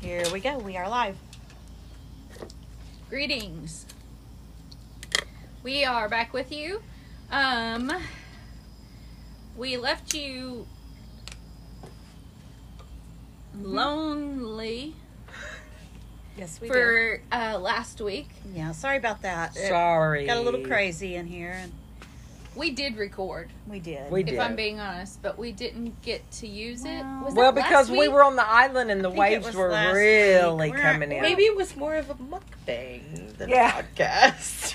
Here we go. We are live. Greetings. We are back with you. Um, we left you Mm-hmm. lonely Yes, we do. for uh, last week. Yeah, sorry about that. It Sorry. got a little crazy in here, and We did record, we did. We if did. I'm being honest, but we didn't get to use it. Well- Was well, that last because we week? were on the island and the think it waves was were last really week. We're- coming in. Maybe it was more of a mukbang than Yeah. a podcast.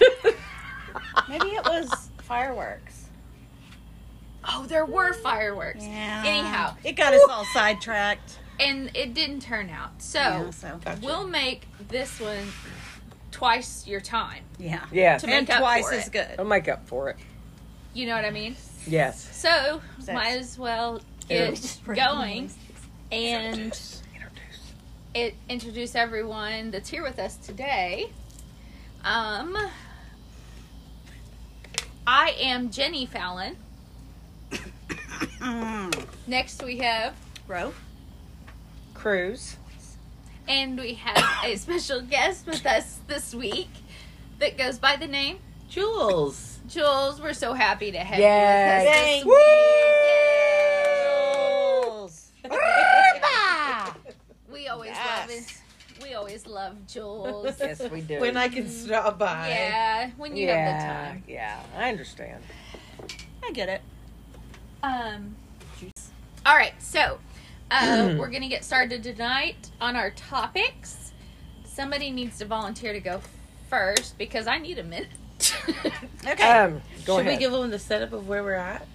Maybe it was fireworks. Oh, there were fireworks. Yeah. Anyhow. it got us all sidetracked. And it didn't turn out. So, Yeah, so Gotcha. we'll make this one twice your time. yeah, yeah. To and make up twice for as it. good. I'll make up for it. You know what I mean? Yes. So, So- might as well It'll- get going and it, introduce everyone that's here with us today. Um, I am Jenny Fallon. Mm. Next we have, Rope. Cruise. and we have a special guest with us this week that goes by the name Jules. Jules. We're so happy to have you with us. Yay. Yay. Woo! Jules. We always Yes. love we always love Jules. Yes, we do. When I can stop by. yeah, when you yeah, have the time. Yeah, I understand. I get it. Um, all right, so uh, we're gonna get started tonight on our topics. Somebody needs to volunteer to go first because I need a minute. Okay. Um, go Should ahead. we give them the setup of where we're at?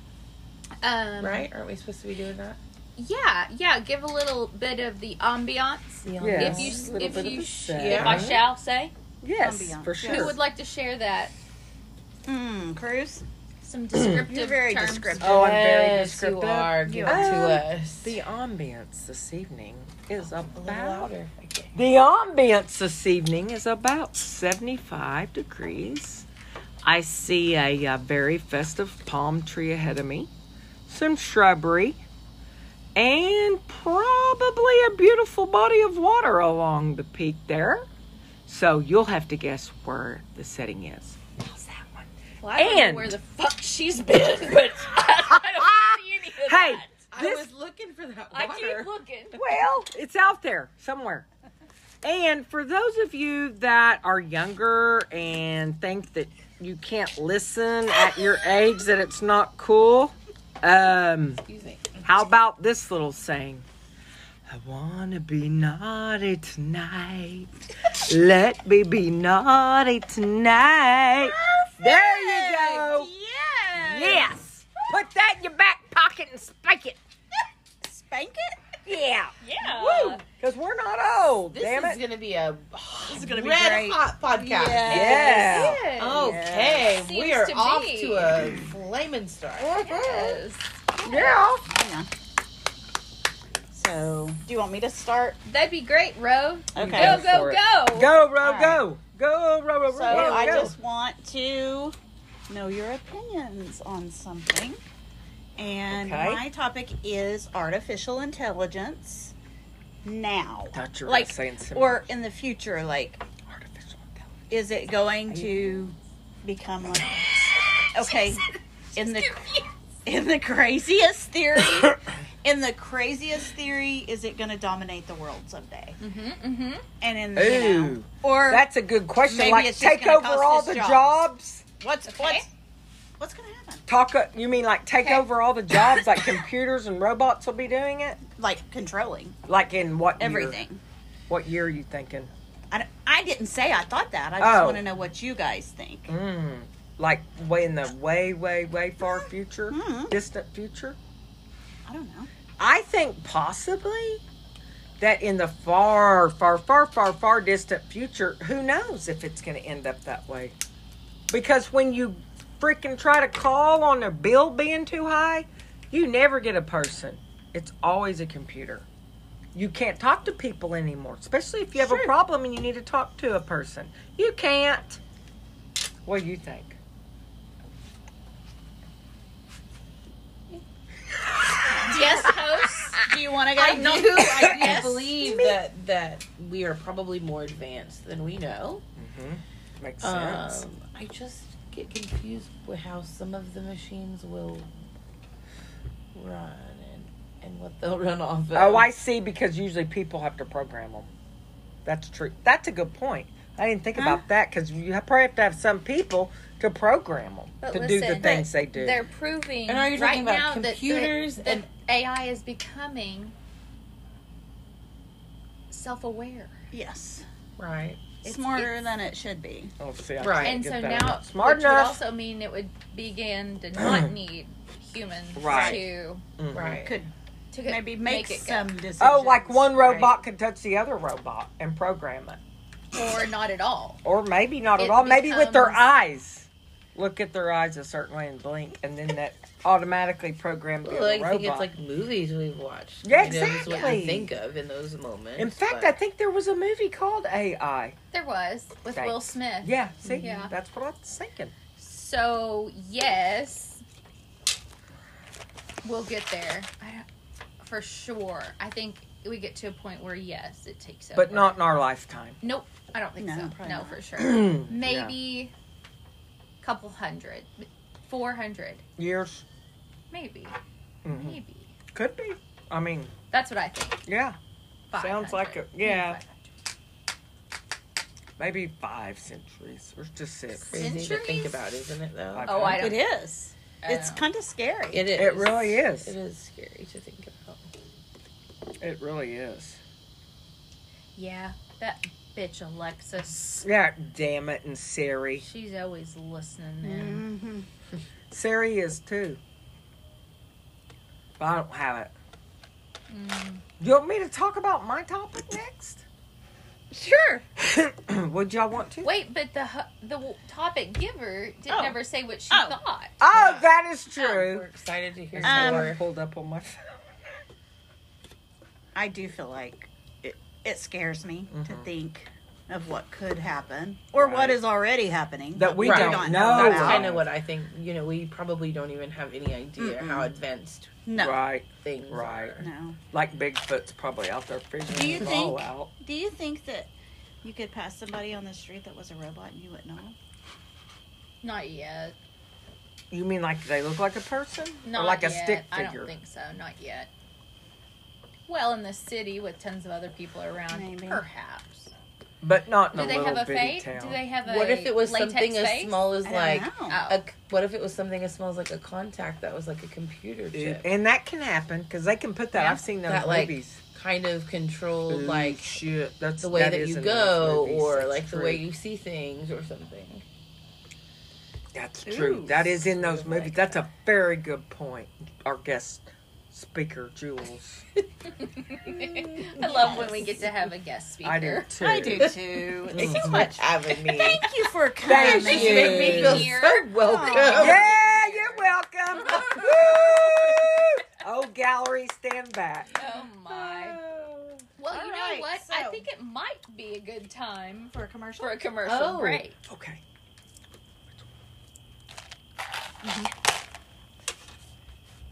um, Right? Aren't we supposed to be doing that? Yeah, yeah. Give a little bit of the ambiance, Yes. if you A little if bit of you a sh- set. if I shall say, yes, Ambiance. for Who sure. who would like to share that? Mm, Cruz. Some descriptive You're very terms. descriptive. oh, I'm very Yes, descriptive. You are. Give it to Um, us. The ambiance this evening is a little about louder. Okay. The ambiance this evening is about 75 degrees. I see a, uh very festive palm tree ahead of me, some shrubbery, and probably a beautiful body of water along the peak there. So you'll have to guess where the setting is. How's that one? Well, I don't know And- where the fuck she's been, but I don't see any of Hey, that. I this was looking for that I water. keep looking. Well, it's out there somewhere. And for those of you that are younger and think that you can't listen at your age, that it's not cool, um, Excuse me. how about this little saying? I want to be naughty tonight. Let me be naughty tonight. There you go. Yeah. Yes. Put that in your back pocket and spike it. Spank it. Yeah. Yeah. Woo. Because we're not old. Uh, This damn it. is going to be a This is red gonna be great. hot podcast. Yeah. Yes. Okay. Yes. We Seems are to off be. to a flaming start. Yes. Yeah. Hang on. So, do you want me to start? That'd be great, Ro. Okay. Go, Go go, for it. go. Go, Ro, Alright. go. Go, Ro, Ro, Ro. So Ro, I go. just want to know your opinions on something. And Okay. my topic is artificial intelligence now. thought you were Like, saying some or in the future, like, artificial intelligence. is it going to become like, okay, in the in the craziest theory, in the craziest theory, is it going to dominate the world someday? Mm-hmm, mm-hmm. And in the, you know, Ooh. or That's a good question. Maybe like, it's just take gonna over cost all us the jobs. jobs. what's Okay. what's what's going to happen? Talk. uh, You mean like take Okay. over all the jobs? Like computers and robots will be doing it. Like controlling Like in what year? everything. What year are you thinking? I, don't- I didn't say I thought that. I just Oh. want to know what you guys think. Mm. Like way in the way, way, way far future, Mhm. distant future. I don't know. I think possibly that in the far, far, far, far, far distant future, who knows if it's going to end up that way. Because when you freaking try to call on a bill being too high, you never get a person. It's always a computer. You can't talk to people anymore, especially if you have a problem and you need to talk to a person. You can't. What do you think? Yes, host. Do you you want. I I got do. to I do Yes. believe that that we are probably more advanced than we know. Makes Um, sense. I just get confused with how some of the machines will run and, and what they'll run off of. oh, I see. Because usually people have to program them. That's true. That's a good point. I didn't think Huh? about that because you have- probably have to have some people to program them But to do the listen, things they do. They're proving And are you right talking now about that the- computers that, and- AI is becoming self-aware. Yes. Right. It's- Smarter it's- than it should be. Oh, see, I Right. can't and get so that now, out. smart which enough. would also mean it would begin to not need humans Right. to Mhm. Right. Could to go- maybe make, it some decisions. Oh, like one Right. robot can touch the other robot and program it, go, or not at all. or maybe not at It all. Maybe with their becomes- eyes, look at their eyes a certain way and blink, and then that automatically programs the Well, I other think it's robot. like movies we've watched. Yeah, You know, is what exactly. you think of in those moments. In fact, but- I think there was a movie called AI. There was with Thanks. Will Smith. Yeah, see, Yeah. that's what I was thinking. So yes, we'll get there. I don't, for sure. I think we get to a point where yes, it takes over. But not in our lifetime. Nope, I don't think No, so. probably No, not. for sure. Maybe Maybe a couple hundred, four hundred, years maybe, Mhm. maybe. could be. I mean, That's what I think. yeah, 500. Sounds like a- Maybe yeah. 500. maybe five centuries or just six. crazy to think Centuries? about, isn't it? Though Like- Oh, I don't. It is. I It's don't. kind of scary. it is. It really is. It is scary to think about. It really is. Yeah, that bitch Alexis. Yeah, damn it, and Siri. She's always listening. In. hmm Siri is too. But I don't have it. Mm. You want me to talk about my topic next? Sure. Would y'all want to? Wait, but the hu- the w- topic giver did Oh. not ever say what she Oh. thought. Oh, that is We're true. excited to hear Um, I more. pulled up on my phone. I do feel like it, it scares me to Mhm. think of what could happen or what Right. is already happening That we do don't not know That's about. kind of what I think. You know, we probably don't even have any idea how advanced No. Right, things Right. are. No. like Bigfoot's probably out there fishing. Do you it all think- out. Do you think that you could pass somebody on the street that was a robot and you wouldn't know? Not yet. You mean like they look like a person Not or like yet. a stick I figure? don't think so. Not yet. Well, in the city with tons of other people around, Maybe. perhaps. But not in Do a they little have a bitty face? town. Do they have a What if it was latex something face? as small as I don't like know. Oh. a, what if it was something as small as like a contact that was like a computer chip? And that can happen because they can put that. Yeah. I've seen those That, like, movies. kind of controlled Ooh, like shit, that's the way that, is you in those go movies. or That's like the true. way you see things or something. That's Ooh. true. That is in those Something movies. like That's that. a very good point. Our guest speaker, Jules. I love when we get to have a guest speaker. I do too. I do too. Thank so you much. for having me. Thank you for coming. Thank This you. made me feel Here. so welcome. Oh. Yeah, you're welcome. Woo! Oh, gallery, stand back. Oh my. Well, All you know right, what? so- I think it might be a good time For a commercial. for a commercial Oh. break. Okay.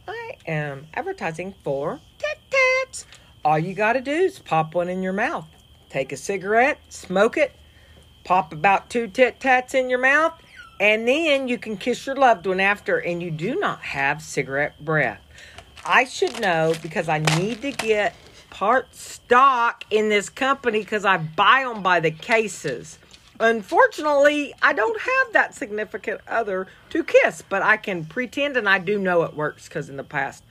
I am advertising for Tit Tips. All you got to do is pop one in your mouth. Take a cigarette, smoke it, pop about two Tit Tats in your mouth, and then you can kiss your loved one after, and you do not have cigarette breath. I should know because I need to get part stock in this company because I buy them by the cases. Unfortunately, I don't have that significant other to kiss, but I can pretend and I do know it works because in the past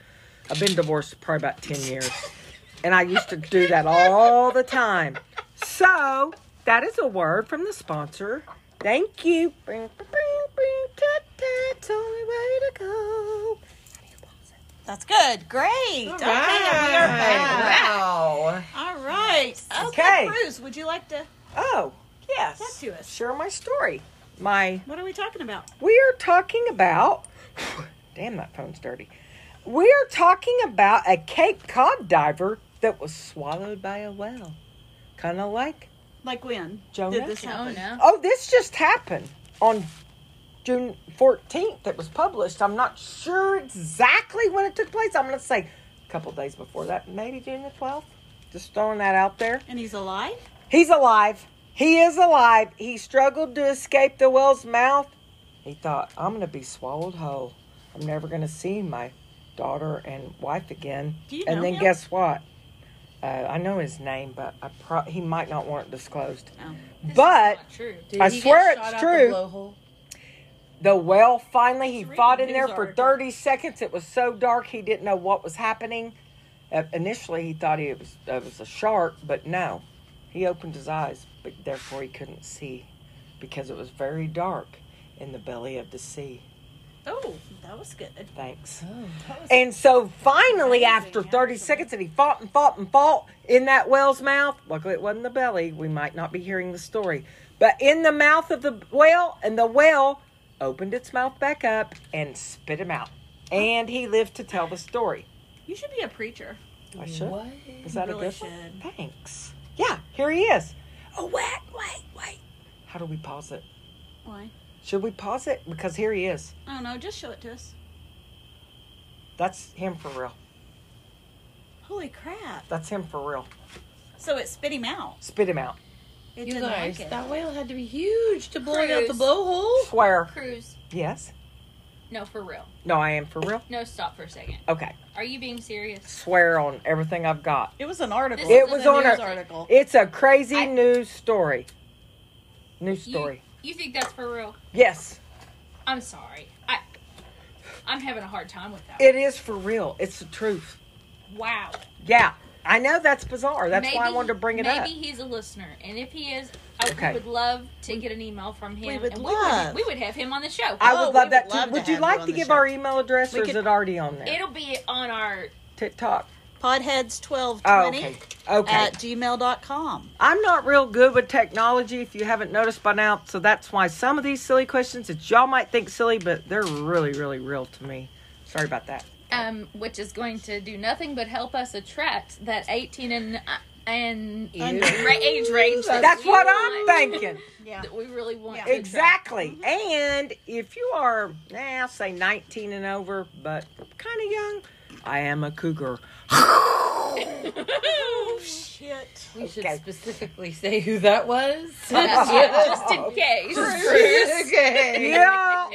I've been divorced probably about 10 years and I used to do that all the time. So that is a word from the sponsor. Thank you. Bring, bring, bring, tut, tut, it's the only way to go. That's good. Great. Okay, we are back. Wow. All right. Okay, Okay. Bruce, would you like to? Oh, yes. Talk to us. Share my story. My What are we talking about? we are talking about damn that phone's dirty. We are talking about a Cape Cod diver that was swallowed by a whale. Kind of like Like when Jonah? did this Oh happen? no. Oh, this just happened on June 14th. It was published. I'm not sure exactly when it took place. I'm going to say a couple days before that, maybe June the 12th. Just throwing that out there. And he's alive? He's alive. He is alive. He struggled to escape the well's mouth. He thought, I'm going to be swallowed whole. I'm never going to see my daughter and wife again. Do you and know then him? guess what? Uh, I know his name, but I pro- he might not want it disclosed. No. But Not true. Did I he get swear it's shot out true. The blowhole? the well finally he Just read fought the in there news for article. 30 seconds it was so dark he didn't know what was happening uh, initially he thought he, it, was, it was a shark but no he opened his eyes but therefore he couldn't see because it was very dark in the belly of the sea Oh, that was good. thanks Oh. and so Amazing, finally, after 30 absolutely. seconds, and he fought and fought and fought in that whale's mouth. Luckily, it wasn't the belly. We might not be hearing the story. But in the mouth of the whale, and the whale opened its mouth back up and spit him out. And he lived to tell the story. You should be a preacher. I should. What? Is that really a good one? should. Thanks. Yeah, here he is. Oh, wait, wait, wait. How do we pause it? Why? Should we pause it? Because here he is. I don't know. Just show it to us. That's him for real. Holy crap. That's him for real. So it spit him out. Spit him out. It You didn't guys, like it. that whale had to be huge to blow out the Cruise. blowhole. Swear. Cruise. Yes. No, for real. No, I am for real. No, stop for a second. Okay. Are you being serious? Swear on everything I've got. It was an article. This It is was a on news a- article. It's a crazy I- news story. News You- story. You think that's for real? Yes, I'm sorry. I I'm having a hard time with that. it is for real. It's the truth. wow. Yeah. I know that's bizarre. That's why I Maybe- wanted to bring it maybe up. he's a listener, and if he is, I Okay. would love to get an email from him. We would and love. We would, we would have him on the show. I Oh, would we love would that love too. to Would you have you like on to the give show. our email address We or is could- it already on there? It'll be on our. TikTok. Podheads twelve Oh, twenty okay. Okay. at gmail.com. I'm not real good with technology if you haven't noticed by now, so that's why some of these silly questions that y'all might think silly, but they're really, really real to me. Sorry about that. Um, which is going to do nothing but help us attract that 18 and uh, and Under- ra- age range. that That's we what I'm want- thinking. Yeah. That we really want. Yeah. to attract. Exactly. And if you are, eh, I'll say 19 and over, but kind of young, I am a cougar. Oh, shit. We should Okay. specifically say who that was. Oh, That's- yeah, just in case. okay. Yeah.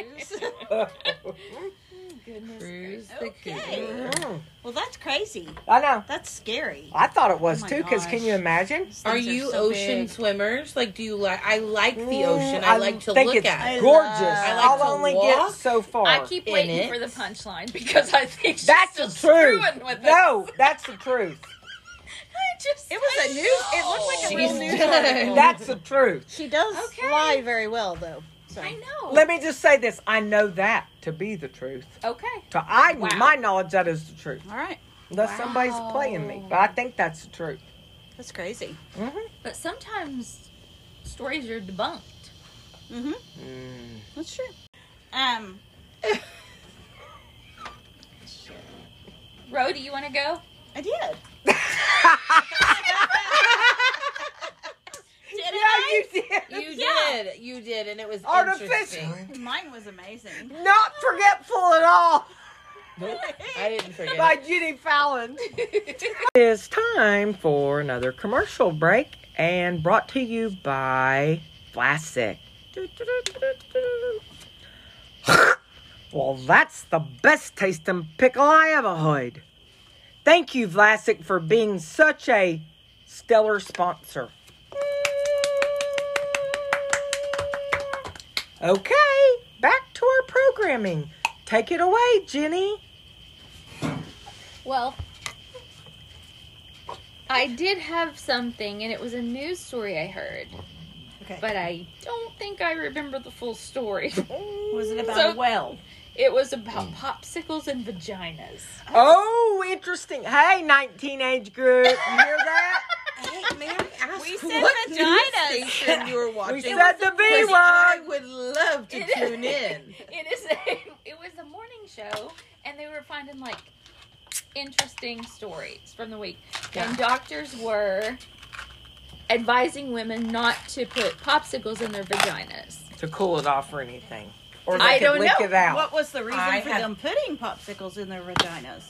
Cruise the Okay. cruise. Mm, Well, that's crazy. I know. That's scary. I thought it was Oh my too, because gosh. can you imagine? These Are things you so ocean big. swimmers? Like, do you like? I like the Mm, ocean. I, like to think look it's at it. gorgeous. I like to I'll only walk. get so far. I keep in waiting it. for the punchline because I think she's that's the still truth. screwing with us. No, that's the truth. I just, It was a I- news. It looked like a real She's news done. article. That's the truth. She does Okay. lie very well, though. So. I know. Let me just say this I know that to be the truth. okay. To I, Wow. my knowledge, that is the truth. All right. Unless somebody's Wow. playing me, but I think that's the truth. That's crazy. hmm But sometimes stories are debunked. Mm-hmm. That's true. Um, Ro, do you want to go? I did. yeah, you did. You Yeah. did. You did, and it was Artificial. interesting. Mine was amazing. Not forgetful at all I didn't forget. by Judy Fallon. it is time for another commercial break and brought to you by Vlasic. Well, that's the best tasting pickle I ever heard. Thank you, Vlasic, for being such a stellar sponsor. Okay, back to our programming. Take it away, Jenny. Well, I did have something, and it was a news story I heard, Okay. but I don't think I remember the full story. was it about So- a well? It was Mm. about popsicles and vaginas. Oh, interesting. Hey, 19 age group. You hear that? Hey, may I ask We said what vaginas. news station you were watching? we said the B Because I word. would love to It is- tune in. It is. A, it was a morning show, and they were finding like interesting stories from the week. And doctors were advising women not to put popsicles in their vaginas. To cool it off or anything. Or they I could don't lick know. it out. What was the reason I for have- them putting popsicles in their vaginas?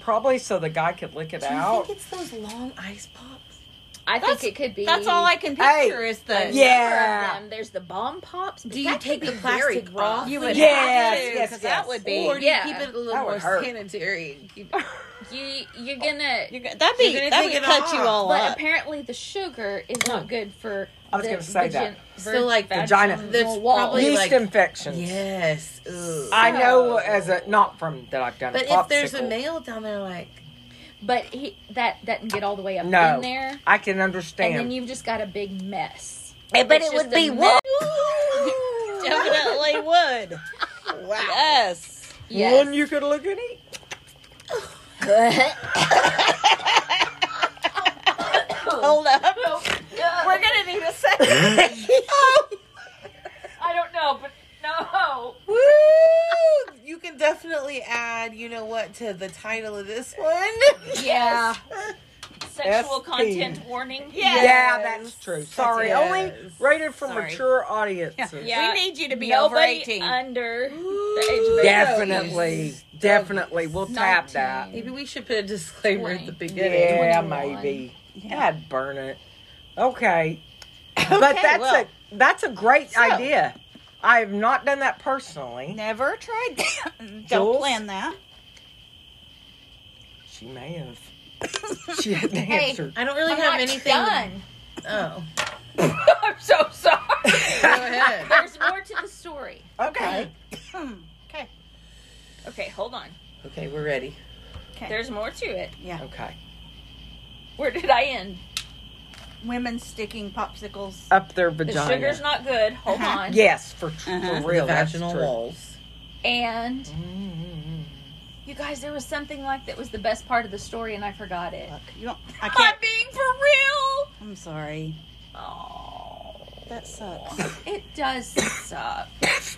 Probably so the guy could lick it Do you out. think it's those long ice pops? I That's- think it could be. That's all I can Hey, picture is the yeah. Of them. There's the bomb pops. but Do you that could take the be very plastic off? gross. You would Yes, have to, yes, 'cause that would be. Or do Yeah. you keep it a little That would more hurt. sanitary? and keep it- You you're gonna. You're go- that'd be You're that gonna take would it cut off. you all but up. apparently the sugar is not good for. I was the gonna say that. So, like, Vagina. There's wall. probably- Yeast like- infections. yes. Ugh. I know as a not from that I've done. But a if there's a popsicle. nail down there, like but he, that doesn't get all the way up No. in there, I can and understand. then you've just got a big mess. Eh, but It's it would just a be mess. Definitely would. Yes. Yes. One you could look at it. Oh, Oh, Hold up. We're gonna need a second. Oh. I don't know, but no. Woo! You can definitely add, you know what, to the title of this one. Yeah. Sexual SP. content warning. Yes. Yeah, that's true. Sorry, Yes. only rated for Sorry. mature audiences. Yeah. We need you to be over Nobody eighteen. under the age of Definitely, definitely, we'll tap that. Maybe we should put a disclaimer at the beginning. Yeah, 21. maybe. Yeah. I'd burn it. Okay, but that's well. a that's a great So- idea. I have not done that personally. Never tried that. Don't Jules? plan that. She may have. She hadn't Hey, answered. I don't really I'm have not anything. done. Oh, I'm so sorry. go ahead. There's more to the story. Okay. Okay. Okay, hold on. Okay, we're ready. There's more to it. Yeah. Okay. Where did I end? Women sticking popsicles. Up their The vagina. sugar's not good. Hold Uh-huh. on. yes, for, Uh-huh. for real. that's Vaginal true. walls. And Mm. you guys, there was something like that was the best part of the story, and I forgot it. Fuck. You don't. I Am I can't. being for real? I'm sorry. Oh, That sucks. it does suck.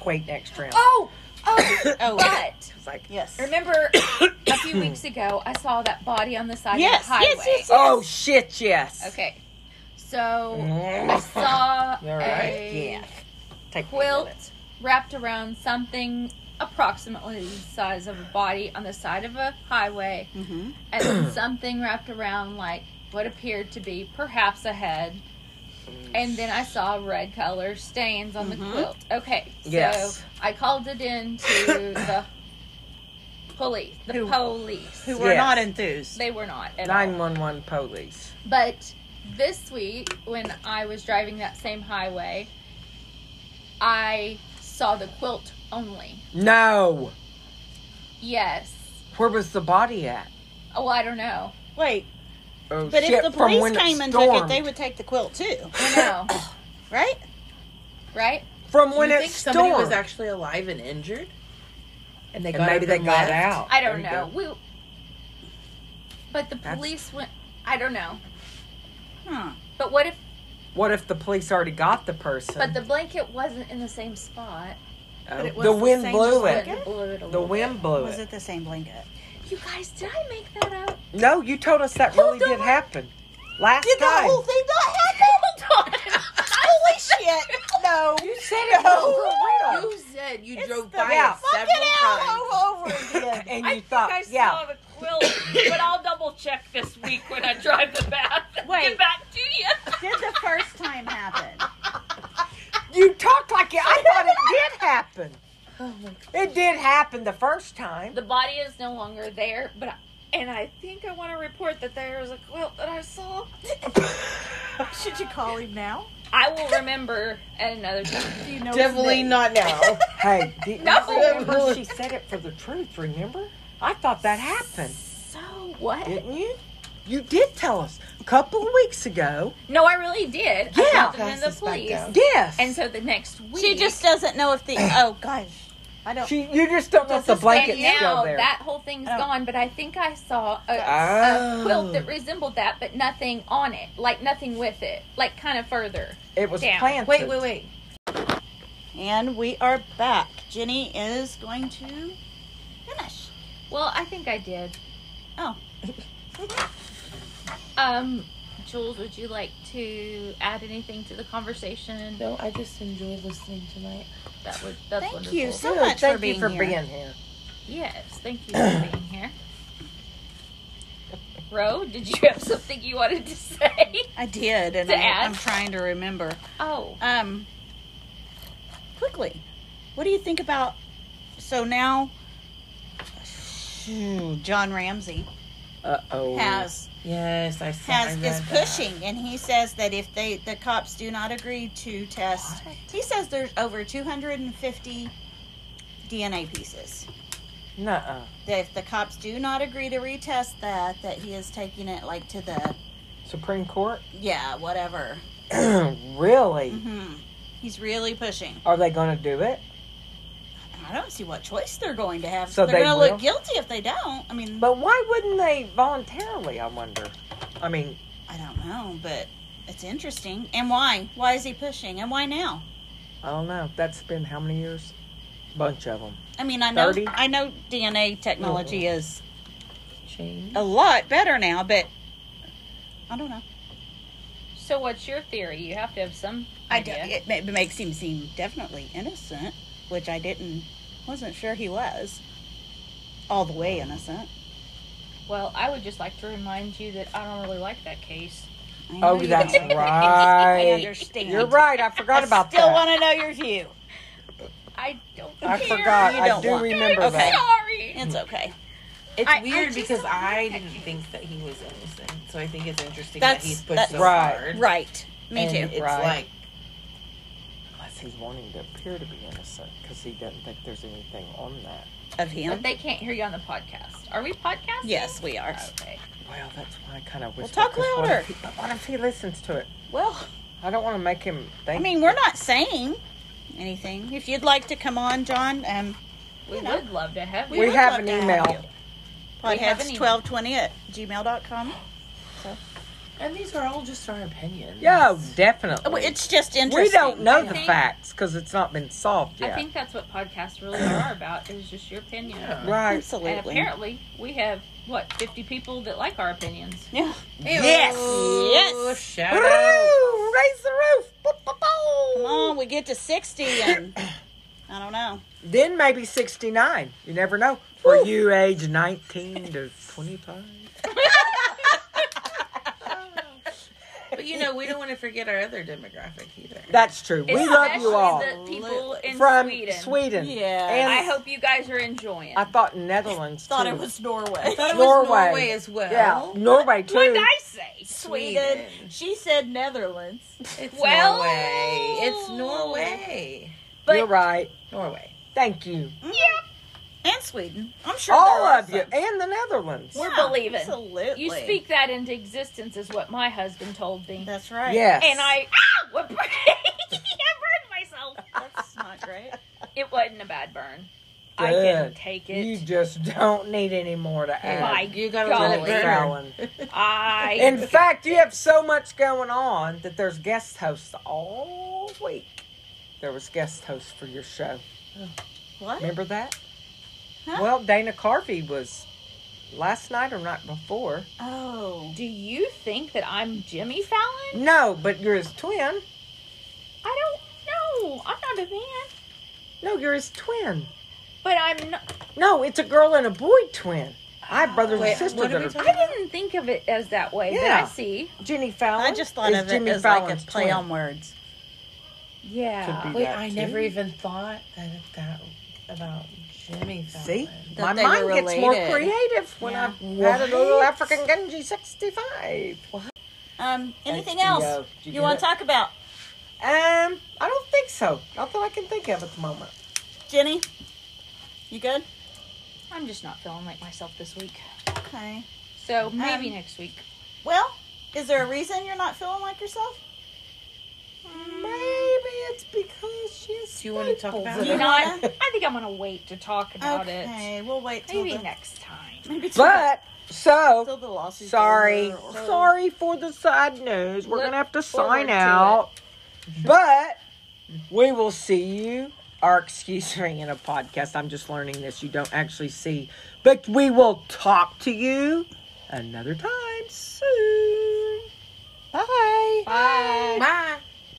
Wait next round. Oh, oh, Oh. but It's like, Yes. remember a few weeks ago I saw that body on the side Yes, of the highway. yes, yes, oh shit, yes. Okay, so Mm-hmm. I Mm. saw All right. a Yeah. Take me a minute. quilt wrapped around something approximately the size of a body on the side of a highway, Mm-hmm. and then something wrapped around like what appeared to be perhaps a head. And then I saw red color stains on the Mhm. quilt. Okay, so Yes. I called it in to the police. The Who- police. Who were Yes. not enthused. They were not at all. 911 police. But this week, when I was driving that same highway, I saw the quilt only. No. Yes. Where was the body at? Oh, I don't know. Wait, Oh, but shit, if the from police when it came and took it, stormed. they would take the quilt too, I know, right? right? From when you it think somebody stormed. was actually alive and injured, and they and got maybe up they and got left? out. I don't There you know. We, but the That's- police went. I don't know. Huh. But what if? go. What if the police already got the person? But the blanket wasn't in the same spot. Oh, but it was the the wind same blew But it. blanket? it blew it a The little wind blew Was it. it the same blanket? bit. You guys, did I make that up? No, you told us that really did over. happen. Last Did the time. whole thing not happen? Holy shit! No, you said it was for real. You said you It's drove the- by Yeah. it fuck several it times. out over, over again. and you I think thought, I yeah. saw the quilt, but I'll double check this week when I drive the bath. and Wait. Get back to you. Did the first time happen? You talked like it. I thought it did happen. Oh my God. It did happen the first time. The body is no longer there, but I, and I think I want to report that there is a quilt that I saw. Should you call him now? I will remember at another time. Do you know? his Definitely name? not now. hey, did No. remember she said it for the truth, remember? I thought that happened, So what? didn't you? You did tell us a couple of weeks ago. No, I really did. Yeah. I called them in Pass the this back police, down. Yes. and so the next week She just doesn't know if the. Oh gosh, I don't. she, you just don't know if the Does this end blanket's and now still there. that whole thing's Oh. gone, but I think I saw a, Oh. a quilt that resembled that, but nothing on it, like nothing with it, like kind of further. it was Down. planted. Wait, wait, wait. And we are back. Jenny is going to finish. Well, I think I did. Oh. Um, Jules, would you like to add anything to the conversation? No, I just enjoy listening tonight. That would that's Thank wonderful. you so Good, much Thank for being you for here. being here. Yes, thank you for being here. Roe, did you have something you wanted to say? I did, and To I, add? I'm trying to remember. Oh, Um, quickly, what do you think about? So now, hmm, John Ramsey Uh oh. has Yes, I saw. has I is read that. pushing, and he says that if they the cops do not agree to test, he says there's over 250 DNA pieces. Nuh-uh. That if the cops do not agree to retest that, that he is taking it like to the Supreme Court? yeah whatever. really? hmm He's really pushing. Are they going to do it? I don't see what choice they're going to have. So they're they going to will? look guilty if they don't. I mean, But why wouldn't they voluntarily, I wonder? I mean, I don't know, but it's interesting. And why? Why is he pushing? And why now? I don't know. That's been how many years? Bunch of them. I mean, I know 30? I know DNA technology Mm-hmm. is Change. a lot better now, but I don't know. so what's your theory? You have to have some I d- idea. it, ma- it makes him seem definitely innocent, which I didn't wasn't sure he was all the way innocent. Well, I would just like to remind you that I don't really like that case. I know Oh, you that's don't. right. I understand. You're right. I forgot I about still that. want to know your view. I don't I care. forgot. You I don't do want- remember Okay. that. Sorry. It's Mm. okay. It's I- I weird just because don't like I that didn't case. think that he was innocent, so I think it's interesting That's- that he's pushed that- so Right. hard. Right. Me and too. It's Right. like Unless he's wanting to appear to be innocent because he doesn't think there's anything on that. of him. But they can't hear you on the podcast. Are we podcasting? Yes, we are. Uh, Okay. Well, that's why I kind of wish. talk What louder. if, he, but what if he listens to it? Well, I don't want to make him think. I mean, we're not saying anything. If you'd like to come on, John, um, We You know. would love to have we you. We would have love an to have email. you. We have an email. podheads1220 at gmail.com. And these are all just our opinions. Yeah, definitely. Oh, It's just interesting. we don't know I the think- facts because it's not been solved I yet. think that's what podcasts really are about, is just your opinion. Yeah. right. And Absolutely. apparently, we have, what, 50 people that like our opinions. yeah. Yes. Ew. Yes. Shout out. Woo! Raise the roof. Boop, boop, boop. Come on, we get to 60 and I don't know. Then maybe 69. You never know. Were you age 19 to 25? But you know, we don't want to forget our other demographic either. That's true. we love Especially you all. the people in From Sweden. Yeah. And I hope you guys are enjoying. I thought Netherlands. Thought too. it was Norway. thought Norway. as well. Yeah, Norway too. what did I say? Sweden. She said Netherlands. It's Well- Norway. It's Norway. But You're right. Norway. Thank you. Mm. And Sweden. I'm sure all there are of you. some. And the Netherlands. We're believing. Absolutely. you speak that into existence, is what my husband told me. That's right. Yes. And I, ow, I burned myself. That's not great. It wasn't a bad burn. I didn't Good. take You it. just don't need any more to add. My You gotta let it golly. burn. Fallon. I In fact, you have so much going on that there's guest hosts all week. There was guest hosts for your show. What? Remember that? Huh? Well, Dana Carvey was last night or night before. Oh. Do you think that I'm Jimmy Fallon? No, but you're his twin. I don't know. I'm not a man, No, you're his twin. but I'm not. No, it's a girl and a boy twin. I have brothers Wait, and sisters what are that we are talking I didn't think of it as that way, Yeah. but I see. Jenny Fallon. I just thought is of it Jimmy as like Fallon's a play twin. on words. Yeah. Could be. Wait, that I too. never even thought that that about Jimmy Fallon. See, That my they mind were gets more related. creative when Yeah. I've had a little What? African Genji sixty-five. Um, anything HBO. else Did you you get want it? to talk about, Um, I don't think so. Not that I can think of at the moment. Jenny? You good? I'm just not feeling like myself this week. Okay. So maybe Um, next week. Well, is there a reason you're not feeling like yourself? Maybe it's because she's. Do you want to talk about You it? know, I, I think I'm gonna wait to talk about it. okay, we'll wait till Maybe the, next time. maybe till, But till so the lawsuit. Oh, sorry, sorry for the side news. We're Look gonna have to forward sign to out, but we will see you. Or excuse me, in a podcast, I'm just learning this. You don't actually see, but we will talk to you another time soon. Bye. Bye. Bye.